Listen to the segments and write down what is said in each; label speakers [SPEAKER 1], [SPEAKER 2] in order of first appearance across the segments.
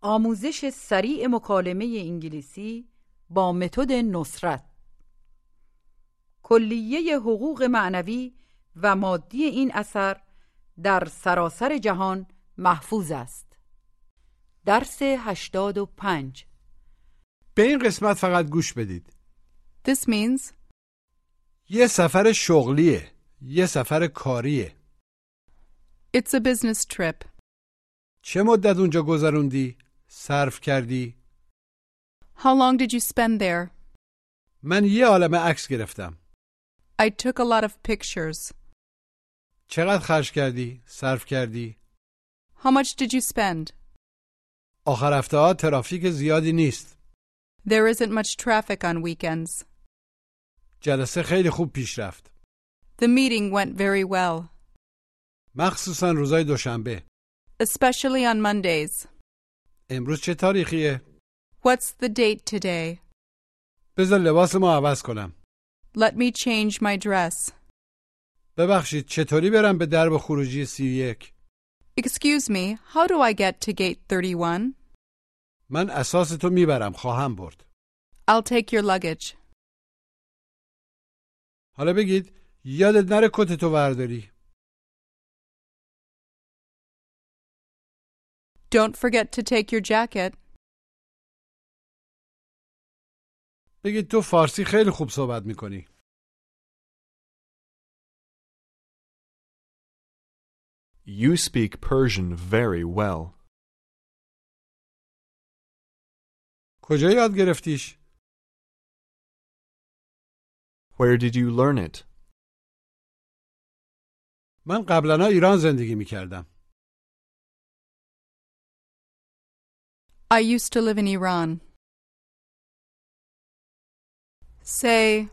[SPEAKER 1] آموزش سریع مکالمه انگلیسی با متد نصرت کلیه حقوق معنوی و مادی این اثر در سراسر جهان محفوظ است درس 85
[SPEAKER 2] به این قسمت فقط گوش بدید
[SPEAKER 3] This means
[SPEAKER 2] یه سفر شغلیه یه سفر کاریه
[SPEAKER 3] it's a business trip.
[SPEAKER 2] چه مدت اونجا گذروندی؟ صرف کردی؟
[SPEAKER 3] How long did you spend there?
[SPEAKER 2] من یه عالم عکس گرفتم
[SPEAKER 3] I took a lot of pictures.
[SPEAKER 2] چقدر خرج کردی؟ صرف کردی؟
[SPEAKER 3] How much did you spend?
[SPEAKER 2] آخر هفته ها ترافیک زیادی نیست
[SPEAKER 3] There isn't much traffic on weekends.
[SPEAKER 2] جلسه خیلی خوب پیش رفت
[SPEAKER 3] The meeting went very well,
[SPEAKER 2] مخصوصا روزای دوشنبه
[SPEAKER 3] especially on Mondays.
[SPEAKER 2] امروز چه تاریخیه؟
[SPEAKER 3] What's the date today?
[SPEAKER 2] بذار لباس ما عوض کنم
[SPEAKER 3] Let me change my dress.
[SPEAKER 2] ببخشید چطوری برم به درب خروجی سی یک؟
[SPEAKER 3] Excuse me, how do I get to gate 31?
[SPEAKER 2] من اساس تو میبرم خواهم برد
[SPEAKER 3] I'll take your luggage.
[SPEAKER 2] حالا بگید یادت نره کت تو برداری
[SPEAKER 3] Don't forget to take your jacket.
[SPEAKER 2] بگید تو فارسی خیلی خوب صحبت میکنی
[SPEAKER 4] You speak Persian very well.
[SPEAKER 2] کجا یاد گرفتیش؟
[SPEAKER 4] Where did you learn it?
[SPEAKER 2] من قبلا ایران زندگی میکردم
[SPEAKER 3] I used to live in Iran. Say,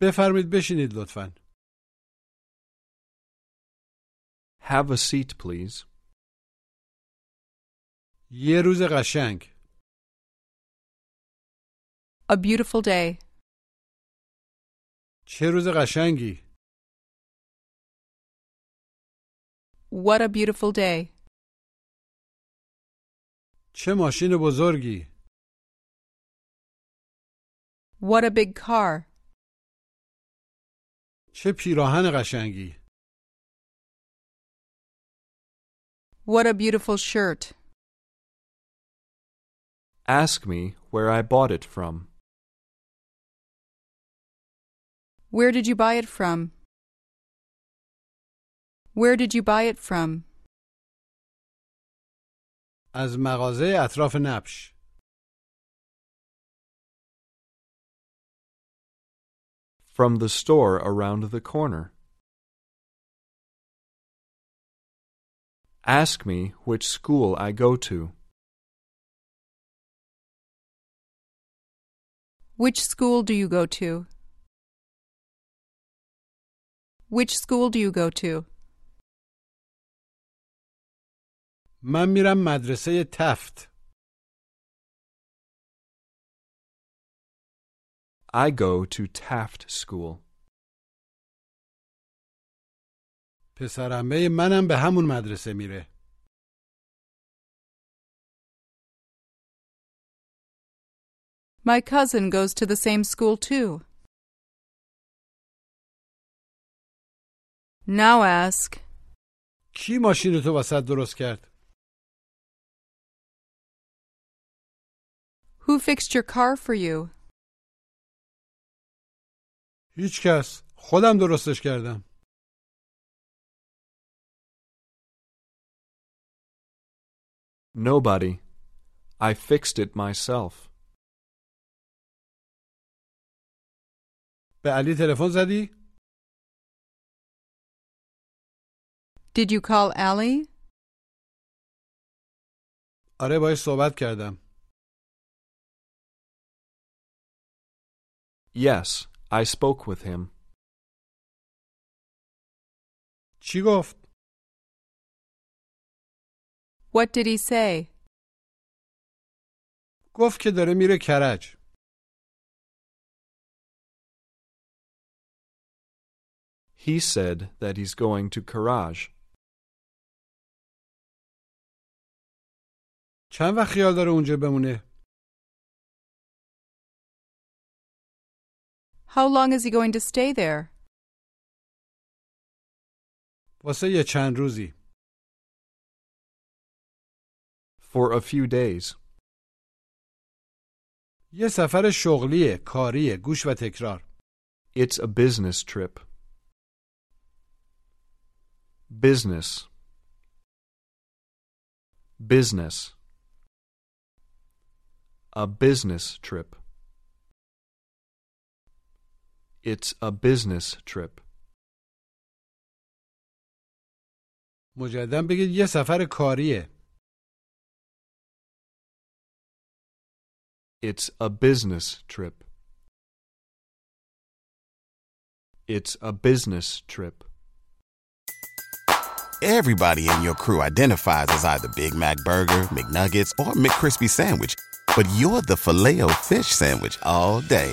[SPEAKER 2] بفرمید بشینید لطفا
[SPEAKER 4] Have a seat, please.
[SPEAKER 2] یه روز قشنگ
[SPEAKER 3] a beautiful day.
[SPEAKER 2] چه روز قشنگی
[SPEAKER 3] What a beautiful day.
[SPEAKER 2] چه ماشین بزرگی
[SPEAKER 3] What a big car.
[SPEAKER 2] چه پیراهن قشنگی
[SPEAKER 3] What a beautiful shirt.
[SPEAKER 4] Ask me where I bought it from.
[SPEAKER 3] Where did you buy it from? Where did you buy it from?
[SPEAKER 2] از مغازه اطراف نبش
[SPEAKER 4] From the store around the corner. Ask me which school I go to.
[SPEAKER 3] Which school do you go to? Which school do you go to?
[SPEAKER 2] من میرم مدرسه تفت
[SPEAKER 4] I go to Taft School.
[SPEAKER 2] پسرمه منم به همون مدرسه میره
[SPEAKER 3] My cousin goes to the same school too. Now ask,
[SPEAKER 2] کی ماشین تو وسط درست کرد
[SPEAKER 3] who fixed your car for you?
[SPEAKER 2] هیچکس خودم درستش کردم
[SPEAKER 4] Nobody. I fixed it myself.
[SPEAKER 2] به علی تلفن زدی
[SPEAKER 3] Did you call Allie?
[SPEAKER 2] آره باهاش صحبت کردم
[SPEAKER 4] Yes, I spoke with him.
[SPEAKER 2] چی گفت
[SPEAKER 3] What did he say?
[SPEAKER 2] گفت که داره میره کرج
[SPEAKER 4] He said that he's going to Karaj.
[SPEAKER 2] چند وقت خیال داره اونجا بمونه؟
[SPEAKER 3] How long is he going to stay there?
[SPEAKER 2] واسه یه چند روزی.
[SPEAKER 4] For a few days.
[SPEAKER 2] یه سفر شغلیه، کاریه، گوش و تکرار.
[SPEAKER 4] It's a business trip. Business. Business. A business trip. It's a business trip.
[SPEAKER 2] مجددا بگید یه سفر کاریه.
[SPEAKER 4] It's a business trip. It's a business trip.
[SPEAKER 5] Everybody in your crew identifies as either Big Mac Burger, McNuggets, or McCrispy Sandwich. But you're the filet fish Sandwich all day.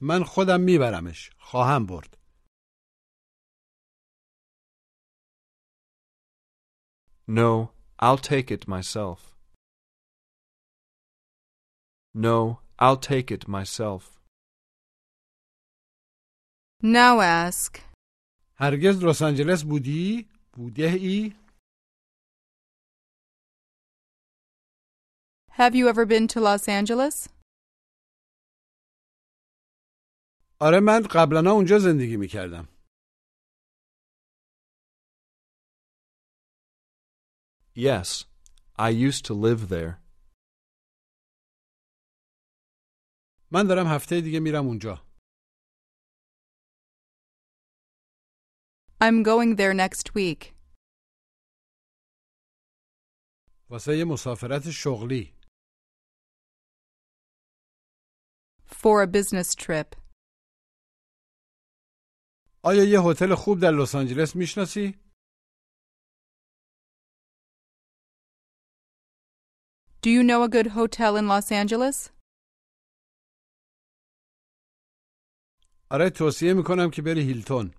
[SPEAKER 2] من خودم میبرمش. خواهم برد.
[SPEAKER 4] No, I'll take it myself. No, I'll take it myself.
[SPEAKER 3] Now ask.
[SPEAKER 2] هرگز لس آنجلس بودی؟ بوده ای؟
[SPEAKER 3] Have you ever been to Los Angeles?
[SPEAKER 2] آره من قبلا اونجا زندگی میکردم.
[SPEAKER 4] Yes, I used to live there.
[SPEAKER 2] من دارم هفته دیگه میرم اونجا.
[SPEAKER 3] I'm going there next week.
[SPEAKER 2] واسه یه مسافرت شغلی.
[SPEAKER 3] For a business trip.
[SPEAKER 2] آیا یه هتل خوب در لس آنجلس میشناسی؟
[SPEAKER 3] Do you know a good hotel in Los Angeles?
[SPEAKER 2] آره توصیه میکنم که بری هیلتون.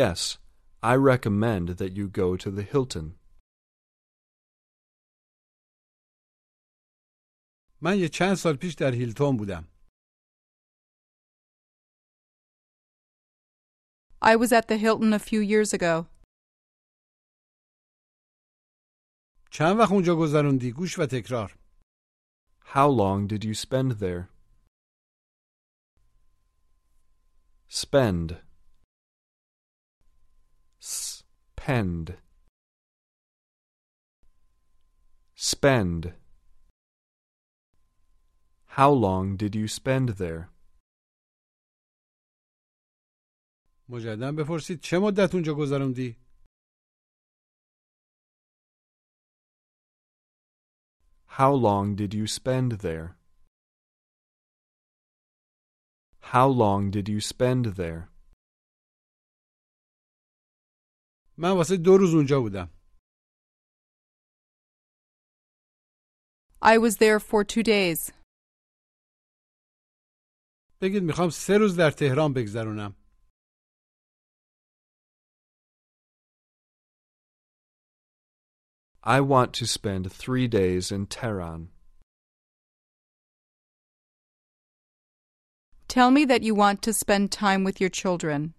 [SPEAKER 4] Yes, I recommend that you go to the Hilton.
[SPEAKER 2] من یه چند سال پیش در هیلتون بودم.
[SPEAKER 3] I was at the Hilton a few years ago.
[SPEAKER 2] چند وقت اونجا گذروندی؟ گوش و تکرار.
[SPEAKER 4] How long did you spend there? Spend. Spend. Spend. How long did you spend there?
[SPEAKER 2] مجددا بپرسید چه مدت اونجا گذروندی؟
[SPEAKER 4] How long did you spend there? How long did you spend there?
[SPEAKER 2] من واسه دو روز اونجا بودم.
[SPEAKER 3] I was there for two days.
[SPEAKER 2] بگید میخوام سه روز در تهران بگذرونم.
[SPEAKER 4] I want to spend three days in Tehran.
[SPEAKER 3] Tell me that you want to spend time with your children.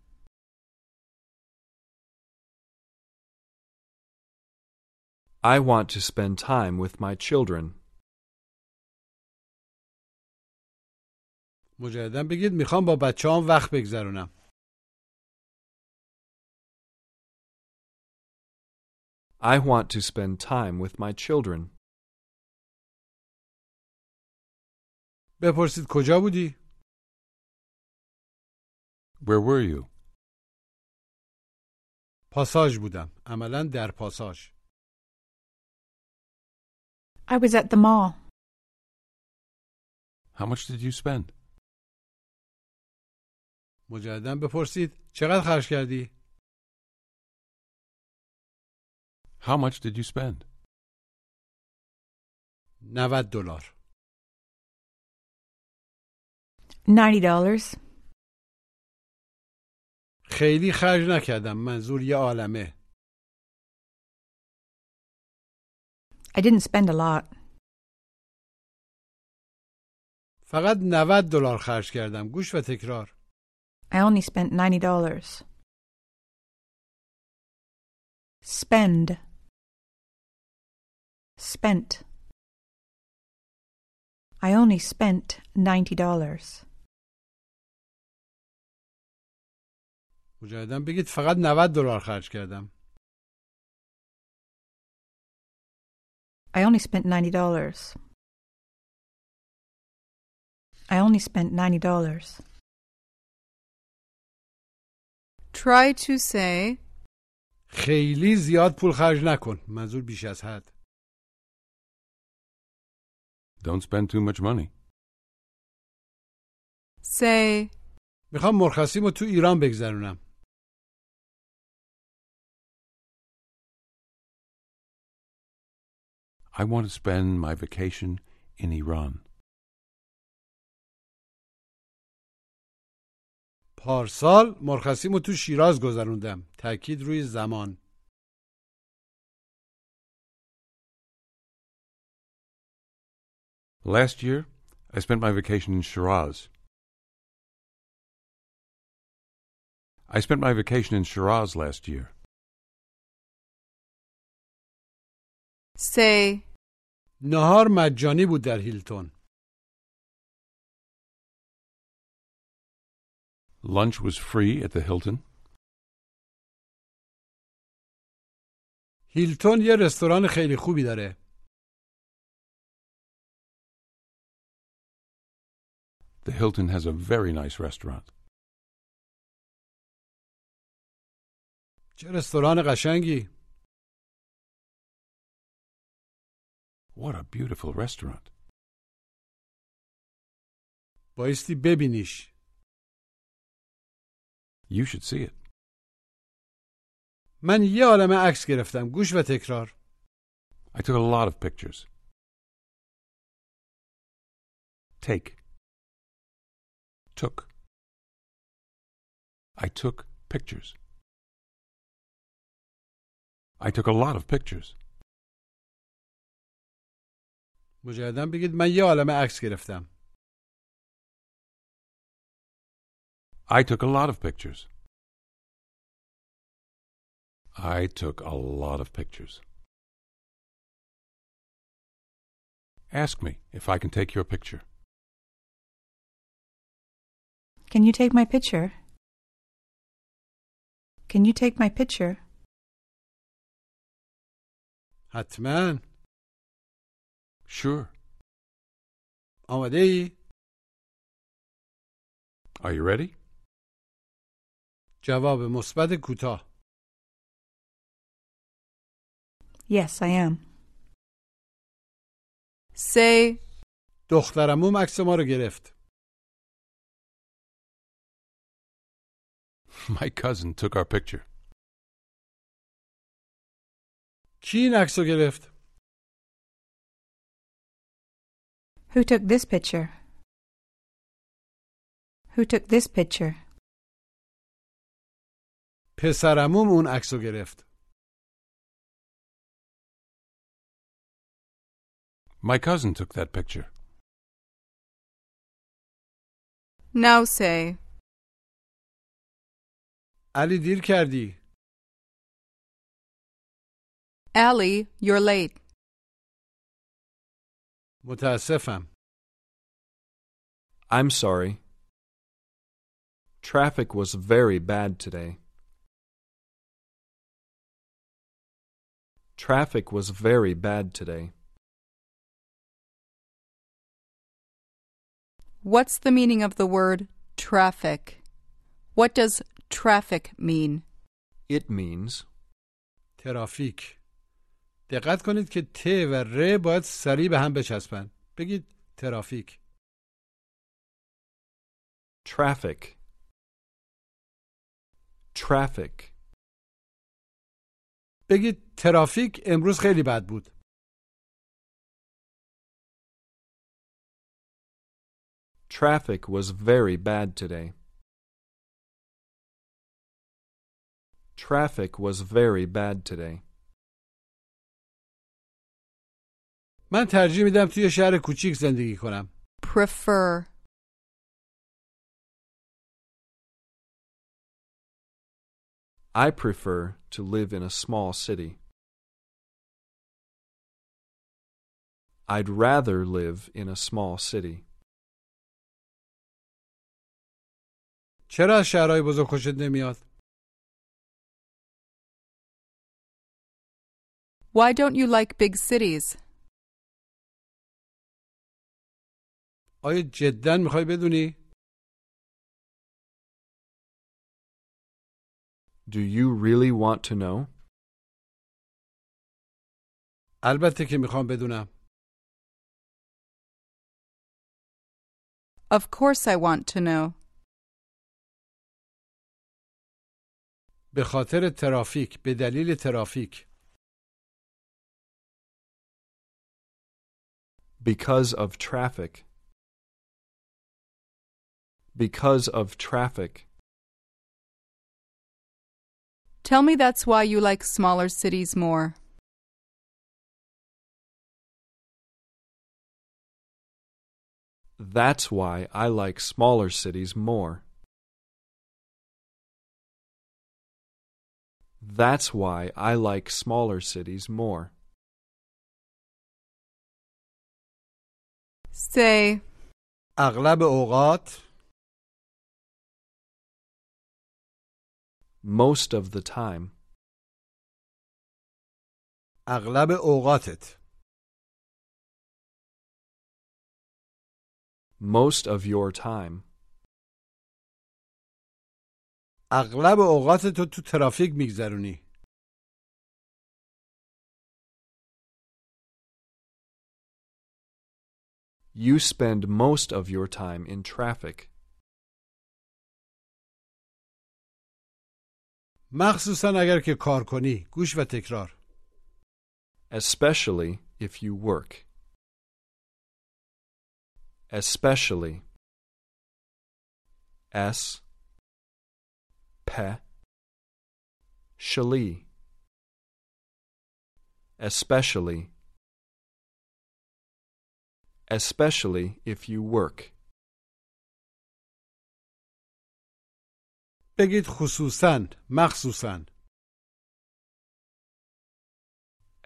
[SPEAKER 4] I want to spend time with my children.
[SPEAKER 2] مجددا بگید میخوام با بچه‌هام وقت بگذرونم.
[SPEAKER 4] I want to spend time with my children.
[SPEAKER 2] بپرسید کجا بودی؟
[SPEAKER 6] Where were you?
[SPEAKER 2] پاساژ بودم عملا در پاساژ
[SPEAKER 6] I was at the mall.
[SPEAKER 7] How much did you spend?
[SPEAKER 2] مجددا بپرسید چقدر خرج کردی
[SPEAKER 7] How much did you spend?
[SPEAKER 2] 90 دلار
[SPEAKER 6] $90.
[SPEAKER 2] خیلی خرج نکردم منظور یه عالمه
[SPEAKER 6] I didn't spend a lot.
[SPEAKER 2] فقط 90 دلار خرج کردم گوش و تکرار
[SPEAKER 6] I only spent $90. Spend. Spent. I only spent $90.
[SPEAKER 2] مجددا بگید فقط 90 دلار خرج کردم
[SPEAKER 6] I only spent $90. I only spent $90.
[SPEAKER 3] Try to say,
[SPEAKER 2] خیلی زیاد پول خرج نکن منظور بیش از حد
[SPEAKER 7] Don't spend too much money.
[SPEAKER 3] say,
[SPEAKER 2] میخوام مرخصیمو تو ایران بگذرونم
[SPEAKER 7] I want to spend my vacation in Iran.
[SPEAKER 2] پارسال مرخصیمو تو شیراز گذروندم تاکید روی زمان
[SPEAKER 7] Last year, I spent my vacation in Shiraz. I spent my vacation in Shiraz last year.
[SPEAKER 3] say,
[SPEAKER 2] نهار مجانی بود در هیلتون
[SPEAKER 7] Lunch was free at the Hilton.
[SPEAKER 2] هیلتون یه رستوران خیلی خوبی داره
[SPEAKER 7] The Hilton has a very nice restaurant.
[SPEAKER 2] چه رستوران قشنگی
[SPEAKER 7] What a beautiful restaurant.
[SPEAKER 2] بایستی ببینیش
[SPEAKER 7] You should see it.
[SPEAKER 2] من یه عالم عکس گرفتم گوش و تکرار
[SPEAKER 7] I took a lot of pictures. Take. Took. I took pictures. I took a lot of pictures.
[SPEAKER 2] مجددا بگید من یه عالم عکس گرفتم
[SPEAKER 7] I took a lot of pictures. I took a lot of pictures. Ask me if I can take your picture.
[SPEAKER 6] Can you take my picture? Can you take my picture?
[SPEAKER 2] حتما
[SPEAKER 7] Sure.
[SPEAKER 2] آمده ای؟
[SPEAKER 7] Are you ready?
[SPEAKER 2] جواب مثبت کوتاه
[SPEAKER 6] Yes, I am.
[SPEAKER 3] say,
[SPEAKER 2] دخترموم عکس ما رو گرفت
[SPEAKER 7] My cousin took our picture.
[SPEAKER 2] کی این عکس رو گرفت
[SPEAKER 6] Who took this picture? Who took this picture?
[SPEAKER 2] پسرموم اون عکس رو گرفت
[SPEAKER 7] My cousin took that picture.
[SPEAKER 3] now say,
[SPEAKER 2] علی دیر کردی
[SPEAKER 3] Allie, you're late.
[SPEAKER 2] متاسفم
[SPEAKER 4] I'm sorry. Traffic was very bad today. Traffic was very bad today.
[SPEAKER 3] What's the meaning of the word traffic? What does traffic mean?
[SPEAKER 4] It means
[SPEAKER 2] ترافیک دقت کنید که ت و ر باید سریع به هم بچسبن بگید ترافیک
[SPEAKER 4] traffic. Traffic.
[SPEAKER 2] بگید ترافیک امروز خیلی بد بود
[SPEAKER 4] Traffic was very bad today. Traffic was very bad today.
[SPEAKER 2] من ترجیح میدم توی شهر کوچیک زندگی کنم
[SPEAKER 3] Prefer.
[SPEAKER 4] I prefer to live in a small city. I'd rather live in a small city.
[SPEAKER 2] چرا از شهرهای بزرگ خوشت نمیاد
[SPEAKER 3] Why don't you like big cities?
[SPEAKER 2] آیا جدا میخوای بدونی
[SPEAKER 4] Do you really want to know?
[SPEAKER 2] البته که میخوام بدونم
[SPEAKER 3] Of course I want to know.
[SPEAKER 2] به خاطر ترافیک به دلیل ترافیک
[SPEAKER 4] Because of traffic. Because of traffic.
[SPEAKER 3] Tell me that's why you like smaller cities more.
[SPEAKER 4] That's why I like smaller cities more. That's why I like smaller cities more.
[SPEAKER 3] Say,
[SPEAKER 2] اغلب اوقات
[SPEAKER 4] Most of the time.
[SPEAKER 2] اغلب اوقاتت
[SPEAKER 4] Most of your time.
[SPEAKER 2] اغلب اوقاتت رو تو ترافیک میگذرونی
[SPEAKER 4] You spend most of your time in traffic.
[SPEAKER 2] مخصوصا اگر که کار کنی گوش و تکرار
[SPEAKER 4] especially if you work. Especially. S. Pe. Shali. Especially. Especially if you work.
[SPEAKER 2] بگید خصوصا مخصوصا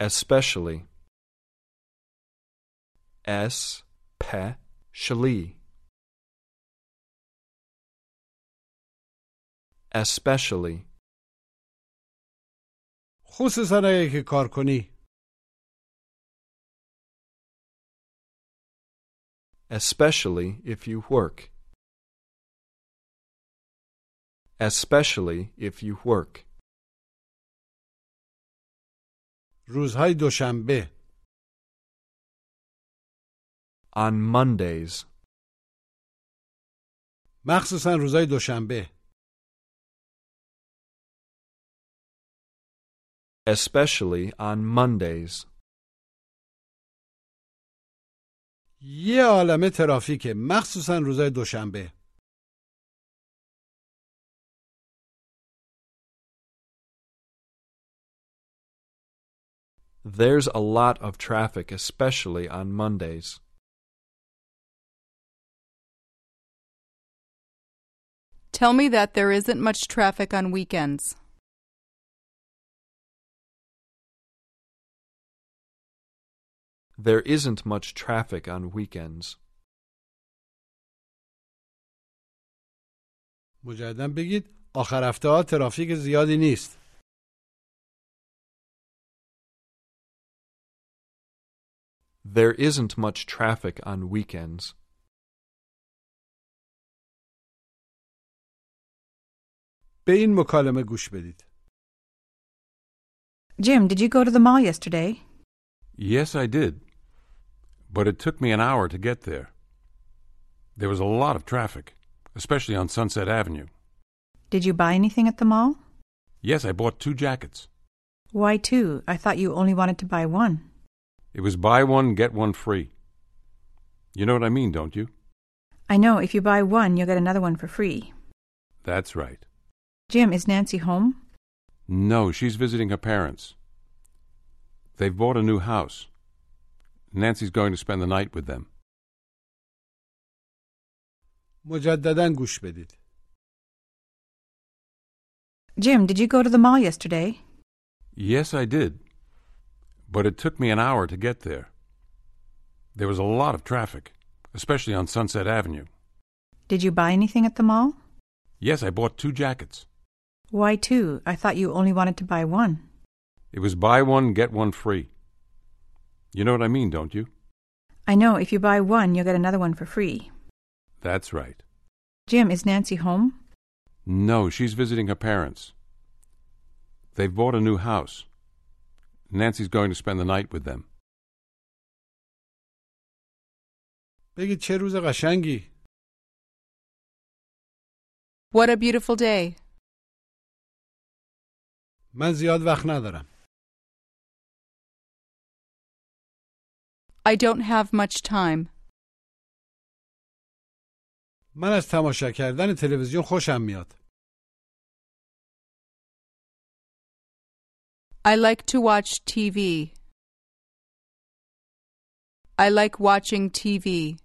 [SPEAKER 4] especially s pe shali especially
[SPEAKER 2] خصوصا اگر که کار کنی
[SPEAKER 4] especially if you work especially if you work
[SPEAKER 2] روزهای دوشنبه
[SPEAKER 4] on mondays
[SPEAKER 2] مخصوصا روزهای دوشنبه
[SPEAKER 4] especially on mondays
[SPEAKER 2] یه عالمه ترافیکه مخصوصا روزهای دوشنبه
[SPEAKER 4] there's a lot of traffic especially on mondays
[SPEAKER 3] tell me that there isn't much traffic on weekends.
[SPEAKER 4] There isn't much traffic on weekends.
[SPEAKER 2] مجددا بگید آخر هفته ها ترافیک زیادی نیست
[SPEAKER 4] There isn't much traffic on weekends.
[SPEAKER 2] به این مکالمه گوش بدید
[SPEAKER 6] Jim, did you go to the mall yesterday?
[SPEAKER 7] Yes, I did. But it took me an hour to get there. There was a lot of traffic, especially on Sunset Avenue.
[SPEAKER 6] Did you buy anything at the mall?
[SPEAKER 7] Yes, I bought two jackets.
[SPEAKER 6] Why two? I thought you only wanted to buy one.
[SPEAKER 7] It was buy one, get one free. You know what I mean, don't you?
[SPEAKER 6] I know if you buy one, you'll get another one for free.
[SPEAKER 7] That's right.
[SPEAKER 6] Jim, is Nancy home?
[SPEAKER 7] No, she's visiting her parents. They've bought a new house. Nancy's going to spend the night with them.
[SPEAKER 2] مجددا گوش بدید
[SPEAKER 6] Jim, did you go to the mall yesterday?
[SPEAKER 7] Yes, I did. But it took me an hour to get there. There was a lot of traffic, especially on Sunset Avenue.
[SPEAKER 6] Did you buy anything at the mall?
[SPEAKER 7] Yes, I bought two jackets.
[SPEAKER 6] Why two? I thought you only wanted to buy one.
[SPEAKER 7] It was buy one, get one free. You know what I mean, don't you?
[SPEAKER 6] I know if you buy one, you'll get another one for free.
[SPEAKER 7] That's right.
[SPEAKER 6] Jim, is Nancy home?
[SPEAKER 7] No, she's visiting her parents. They've bought a new house. Nancy's going to spend the night with them.
[SPEAKER 2] بگید چه روز قشنگی
[SPEAKER 3] What a beautiful day.
[SPEAKER 2] من زیاد وقت ندارم
[SPEAKER 3] I don't have much time.
[SPEAKER 2] من از تماشا کردن تلویزیون خوشم میاد
[SPEAKER 3] I like to watch TV. I like watching TV.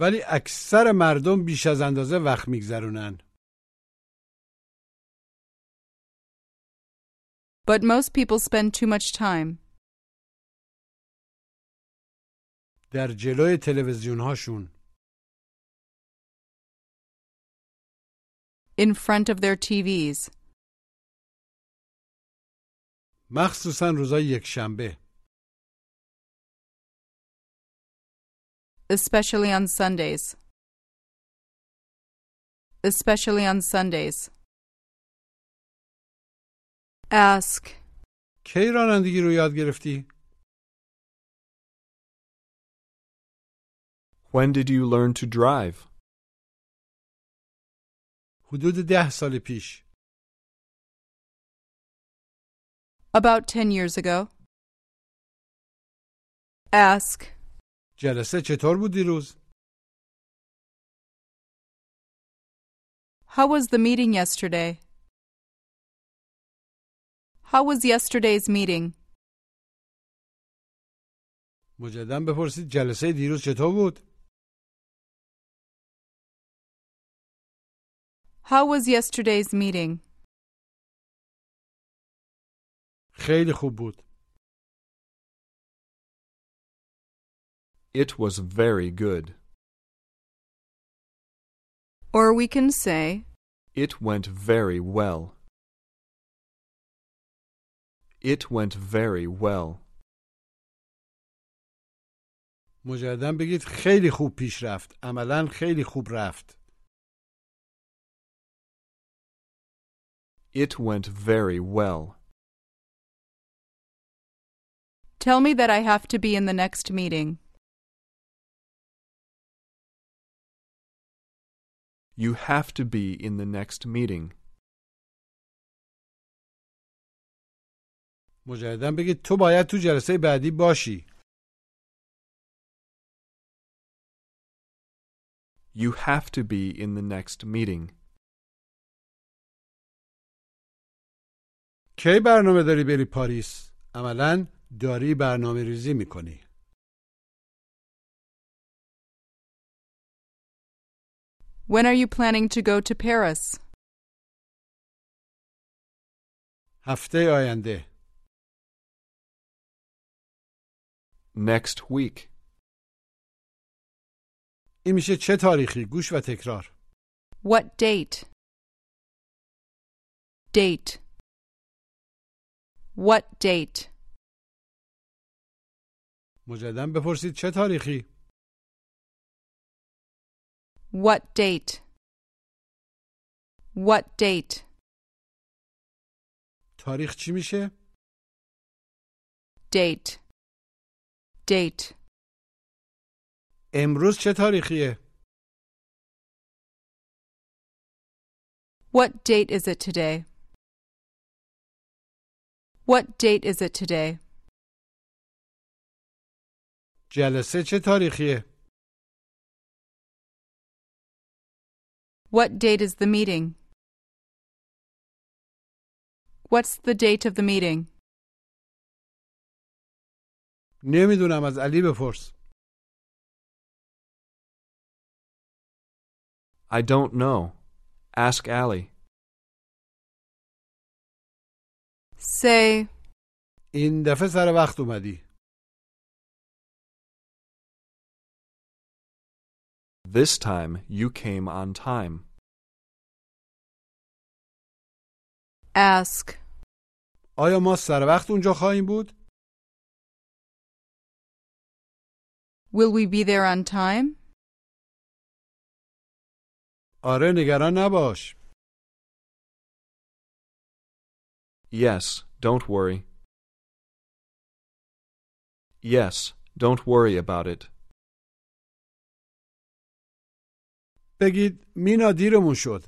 [SPEAKER 2] ولی اکثر مردم بیش از اندازه وقت میگذرونن
[SPEAKER 3] But most people spend too much time
[SPEAKER 2] در جلوی تلویزیون هاشون
[SPEAKER 3] in front of their TVs,
[SPEAKER 2] مخصوصا روزای یکشنبه
[SPEAKER 3] especially on Sundays. Especially on Sundays. Ask.
[SPEAKER 2] کی رانندگی رو یاد گرفتی
[SPEAKER 4] When did you learn to drive?
[SPEAKER 2] حدود ده سال پیش
[SPEAKER 3] About 10 years ago. Ask.
[SPEAKER 2] جلسه چطور بود دیروز
[SPEAKER 3] How was the meeting yesterday? How was yesterday's meeting?
[SPEAKER 2] مجددا بپرسید جلسه دیروز چطور بود
[SPEAKER 3] How was yesterday's meeting?
[SPEAKER 2] خیلی خوب بود
[SPEAKER 4] It was very good.
[SPEAKER 3] Or we can say,
[SPEAKER 4] It went very well. It went very well.
[SPEAKER 2] مجددا بگید خیلی خوب پیش رفت عملا خیلی خوب رفت
[SPEAKER 4] It went very well.
[SPEAKER 3] Tell me that I have to be in the next meeting.
[SPEAKER 4] You have to be in the next meeting.
[SPEAKER 2] مجددا بگید تو باید تو جلسه بعدی باشی
[SPEAKER 4] You have to be in the next meeting.
[SPEAKER 2] کی برنامه داری بری پاریس عملا داری برنامه ریزی میکنی
[SPEAKER 3] When are you planning to go to Paris?
[SPEAKER 2] هفته آینده
[SPEAKER 4] Next week.
[SPEAKER 2] این میشه چه تاریخی گوش و تکرار
[SPEAKER 3] What date? Date. What date?
[SPEAKER 2] مجددا بپرسید چه تاریخی
[SPEAKER 3] What date? What date?
[SPEAKER 2] تاریخ چی میشه؟
[SPEAKER 3] Date. Date.
[SPEAKER 2] امروز چه تاریخیه؟
[SPEAKER 3] What date is it today? What date is it today?
[SPEAKER 2] جلسه چه تاریخیه؟
[SPEAKER 3] What date is the meeting? What's the date of the meeting?
[SPEAKER 2] نمیدونم از علی بپرس
[SPEAKER 4] I don't know. Ask Allie.
[SPEAKER 3] Say,
[SPEAKER 2] این دفعه سر وقت اومدی
[SPEAKER 4] This time you came on time.
[SPEAKER 3] ask.
[SPEAKER 2] آیا ما سر وقت اونجا خواهیم بود؟
[SPEAKER 3] Will we be there on time?
[SPEAKER 2] آره نگران نباش
[SPEAKER 4] Yes, don't worry. Yes, don't worry about it.
[SPEAKER 2] بگید مینا دیرمون شد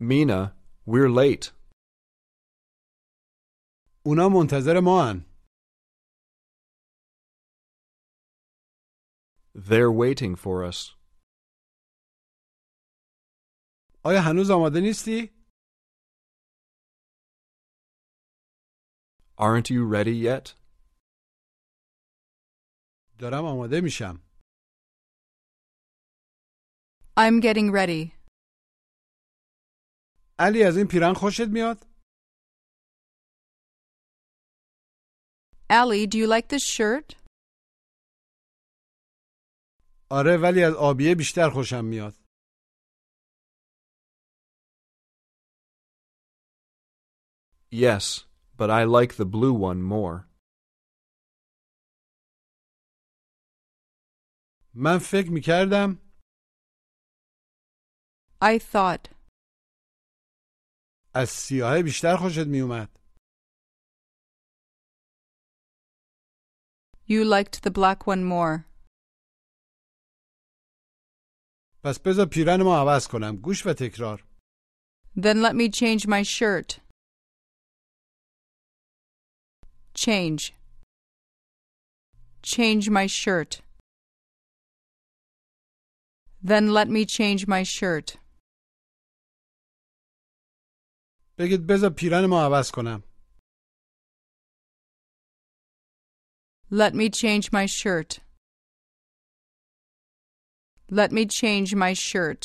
[SPEAKER 4] Mina, we're late.
[SPEAKER 2] اونا منتظر ما
[SPEAKER 4] They're waiting for us.
[SPEAKER 2] آیا هنوز آماده نیستی؟
[SPEAKER 4] Aren't you ready yet?
[SPEAKER 2] دارم آماده میشم
[SPEAKER 3] I'm getting ready.
[SPEAKER 2] علی از این پیرن خوشت میاد؟
[SPEAKER 3] Allie, do you like this shirt?
[SPEAKER 2] آره ولی از آبیه بیشتر خوشم میاد
[SPEAKER 4] Yes, but I like the blue one more.
[SPEAKER 2] من فکر میکردم
[SPEAKER 3] I thought.
[SPEAKER 2] از سیاه بیشتر خوشت میومد
[SPEAKER 3] You liked the black one more.
[SPEAKER 2] پس بذار پیرن ما عوض کنم گوش و تکرار
[SPEAKER 3] Then let me change my shirt. Change. Change my shirt. Then let me change my shirt.
[SPEAKER 2] بگید بذار پیرن ما عوض کنم
[SPEAKER 3] Let me change my shirt. Let me change my shirt.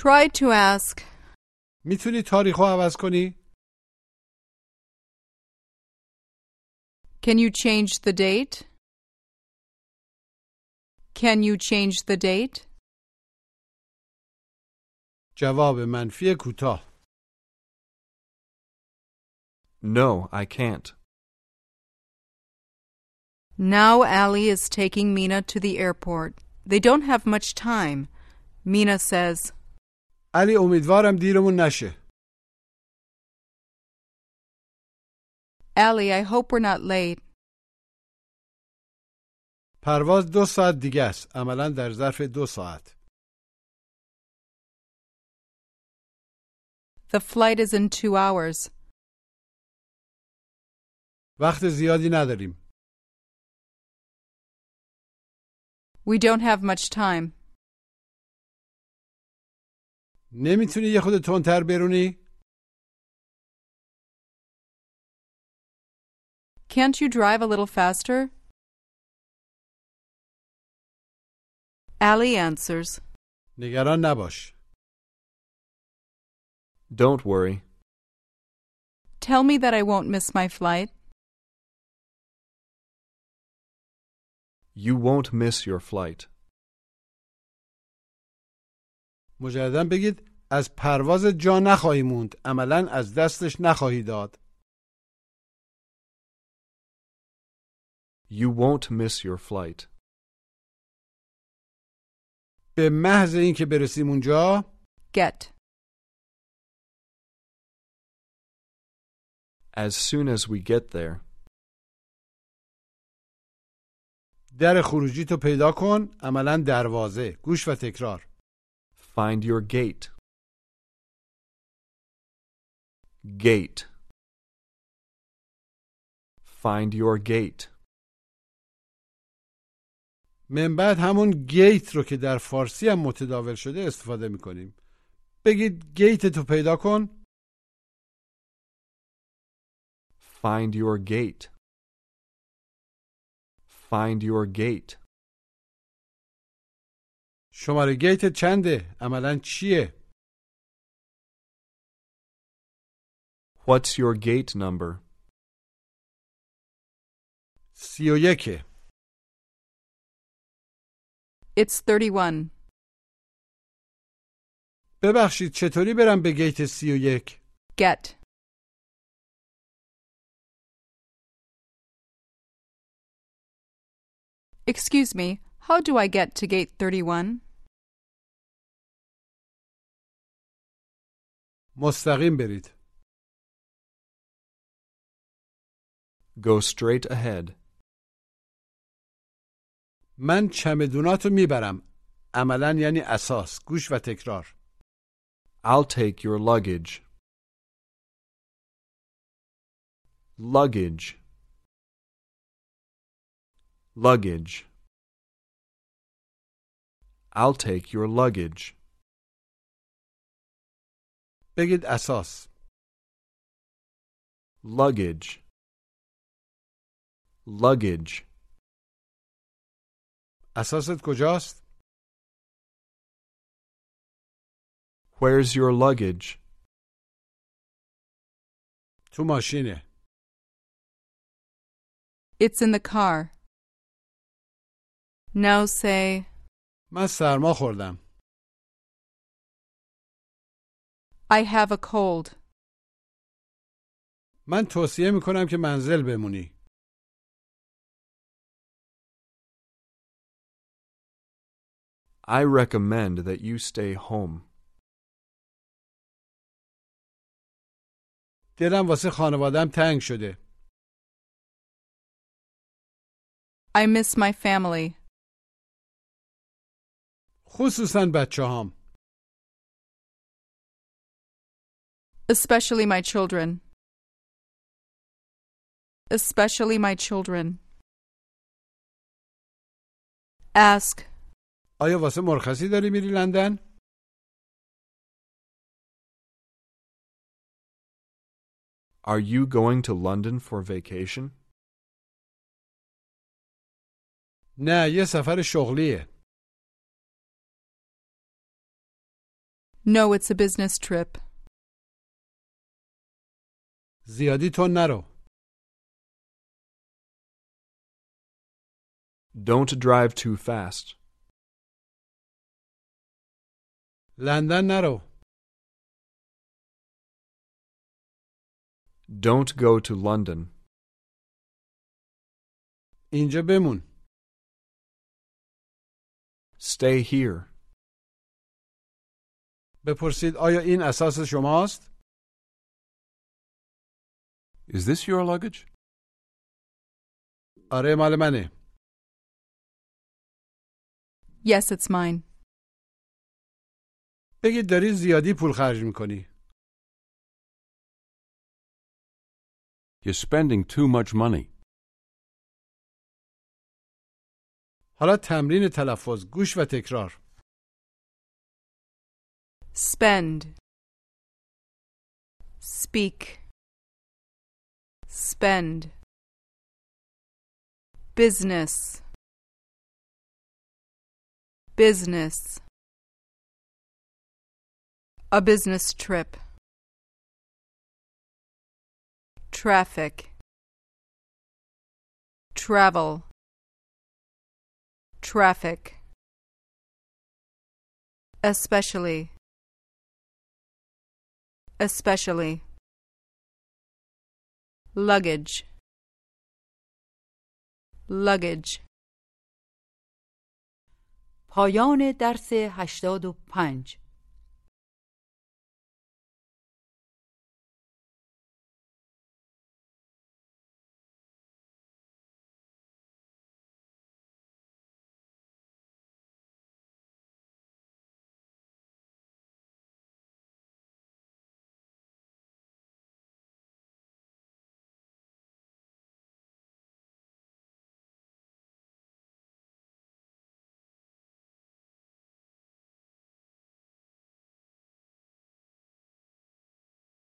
[SPEAKER 3] Try to ask.
[SPEAKER 2] میتونی تاریخو عوض کنی؟
[SPEAKER 3] Can you change the date? Can you change the date?
[SPEAKER 2] جواب منفی کوتاه
[SPEAKER 4] No, I can't.
[SPEAKER 3] Now Allie is taking Mina to the airport. They don't have much time. Mina says,
[SPEAKER 2] علی امیدوارم دیرمون نشه
[SPEAKER 3] Allie, I hope we're not late.
[SPEAKER 2] پرواز دو ساعت دیگه است عملا در ظرف دو ساعت
[SPEAKER 3] The flight is in two hours.
[SPEAKER 2] وقت زیادی نداریم
[SPEAKER 3] We don't have much time.
[SPEAKER 2] نمیتونی یه خود تندتر برونی؟
[SPEAKER 3] Can't you drive a little faster? Allie answers,
[SPEAKER 2] نگران نباش
[SPEAKER 4] Don't worry.
[SPEAKER 3] Tell me that I won't miss my flight.
[SPEAKER 4] You won't miss your flight.
[SPEAKER 2] مجددا بگید از پرواز جا نخواهی موند عملا از دستش نخواهی داد
[SPEAKER 4] You won't miss your flight.
[SPEAKER 2] به محض اینکه برسیم اونجا
[SPEAKER 3] Get.
[SPEAKER 4] As soon as we get there,
[SPEAKER 2] در خروجی تو پیدا کن عملا دروازه گوش و تکرار
[SPEAKER 4] find your gate. Gate. Find your gate.
[SPEAKER 2] من بعد همون گیت رو که در فارسی هم متداول شده استفاده میکنیم بگید گیت تو پیدا کن
[SPEAKER 4] Find your gate. Find your gate.
[SPEAKER 2] شماره گیت چنده عملا چیه
[SPEAKER 4] What's your gate number?
[SPEAKER 2] سی و یکه
[SPEAKER 3] It's 31.
[SPEAKER 2] ببخشید چطوری برم به گیت سی و یک
[SPEAKER 3] Get. Excuse me, how do I get to gate 31?
[SPEAKER 2] مستقیم برید
[SPEAKER 4] Go straight ahead.
[SPEAKER 2] من چمدوناتو میبرم عملا یعنی اساس گوش و تکرار
[SPEAKER 4] I'll take your luggage. Luggage. Luggage. I'll take your luggage.
[SPEAKER 2] بگید اساس
[SPEAKER 4] Luggage. Luggage.
[SPEAKER 2] اساست کجاست
[SPEAKER 4] Where's your luggage?
[SPEAKER 2] تو ماشینه
[SPEAKER 3] It's in the car. Now say,
[SPEAKER 2] من سرما خوردم
[SPEAKER 3] I have a cold.
[SPEAKER 2] من توصیه میکنم که منزل بمونی
[SPEAKER 4] I recommend that you stay home.
[SPEAKER 2] دلم واسه خانوادم تنگ شده
[SPEAKER 3] I miss my family.
[SPEAKER 2] خصوصا بچه هام
[SPEAKER 3] especially my children. Especially my children. Ask,
[SPEAKER 2] آیا واسه مرخصی داری میری لندن؟
[SPEAKER 4] Are you going to London for vacation?
[SPEAKER 2] نه یه سفر شغلیه
[SPEAKER 3] no, it's a business trip.
[SPEAKER 2] زیادی تو نرو
[SPEAKER 4] Don't drive too fast.
[SPEAKER 2] لندن نرو
[SPEAKER 4] Don't go to London.
[SPEAKER 2] اینجا بمون
[SPEAKER 4] Stay here.
[SPEAKER 2] بپرسید آیا این اساس شماست؟
[SPEAKER 7] Is this your luggage?
[SPEAKER 2] آره مال منه
[SPEAKER 3] Yes, it's mine.
[SPEAKER 2] بگید داری زیادی پول خرج میکنی
[SPEAKER 7] You're spending too much money.
[SPEAKER 2] حالا تمرین تلفظ گوش و تکرار
[SPEAKER 3] Spend. Speak. Spend. Business. Business. A business trip. Traffic. Travel. Traffic. Especially especially luggage luggage
[SPEAKER 1] پایان درس 85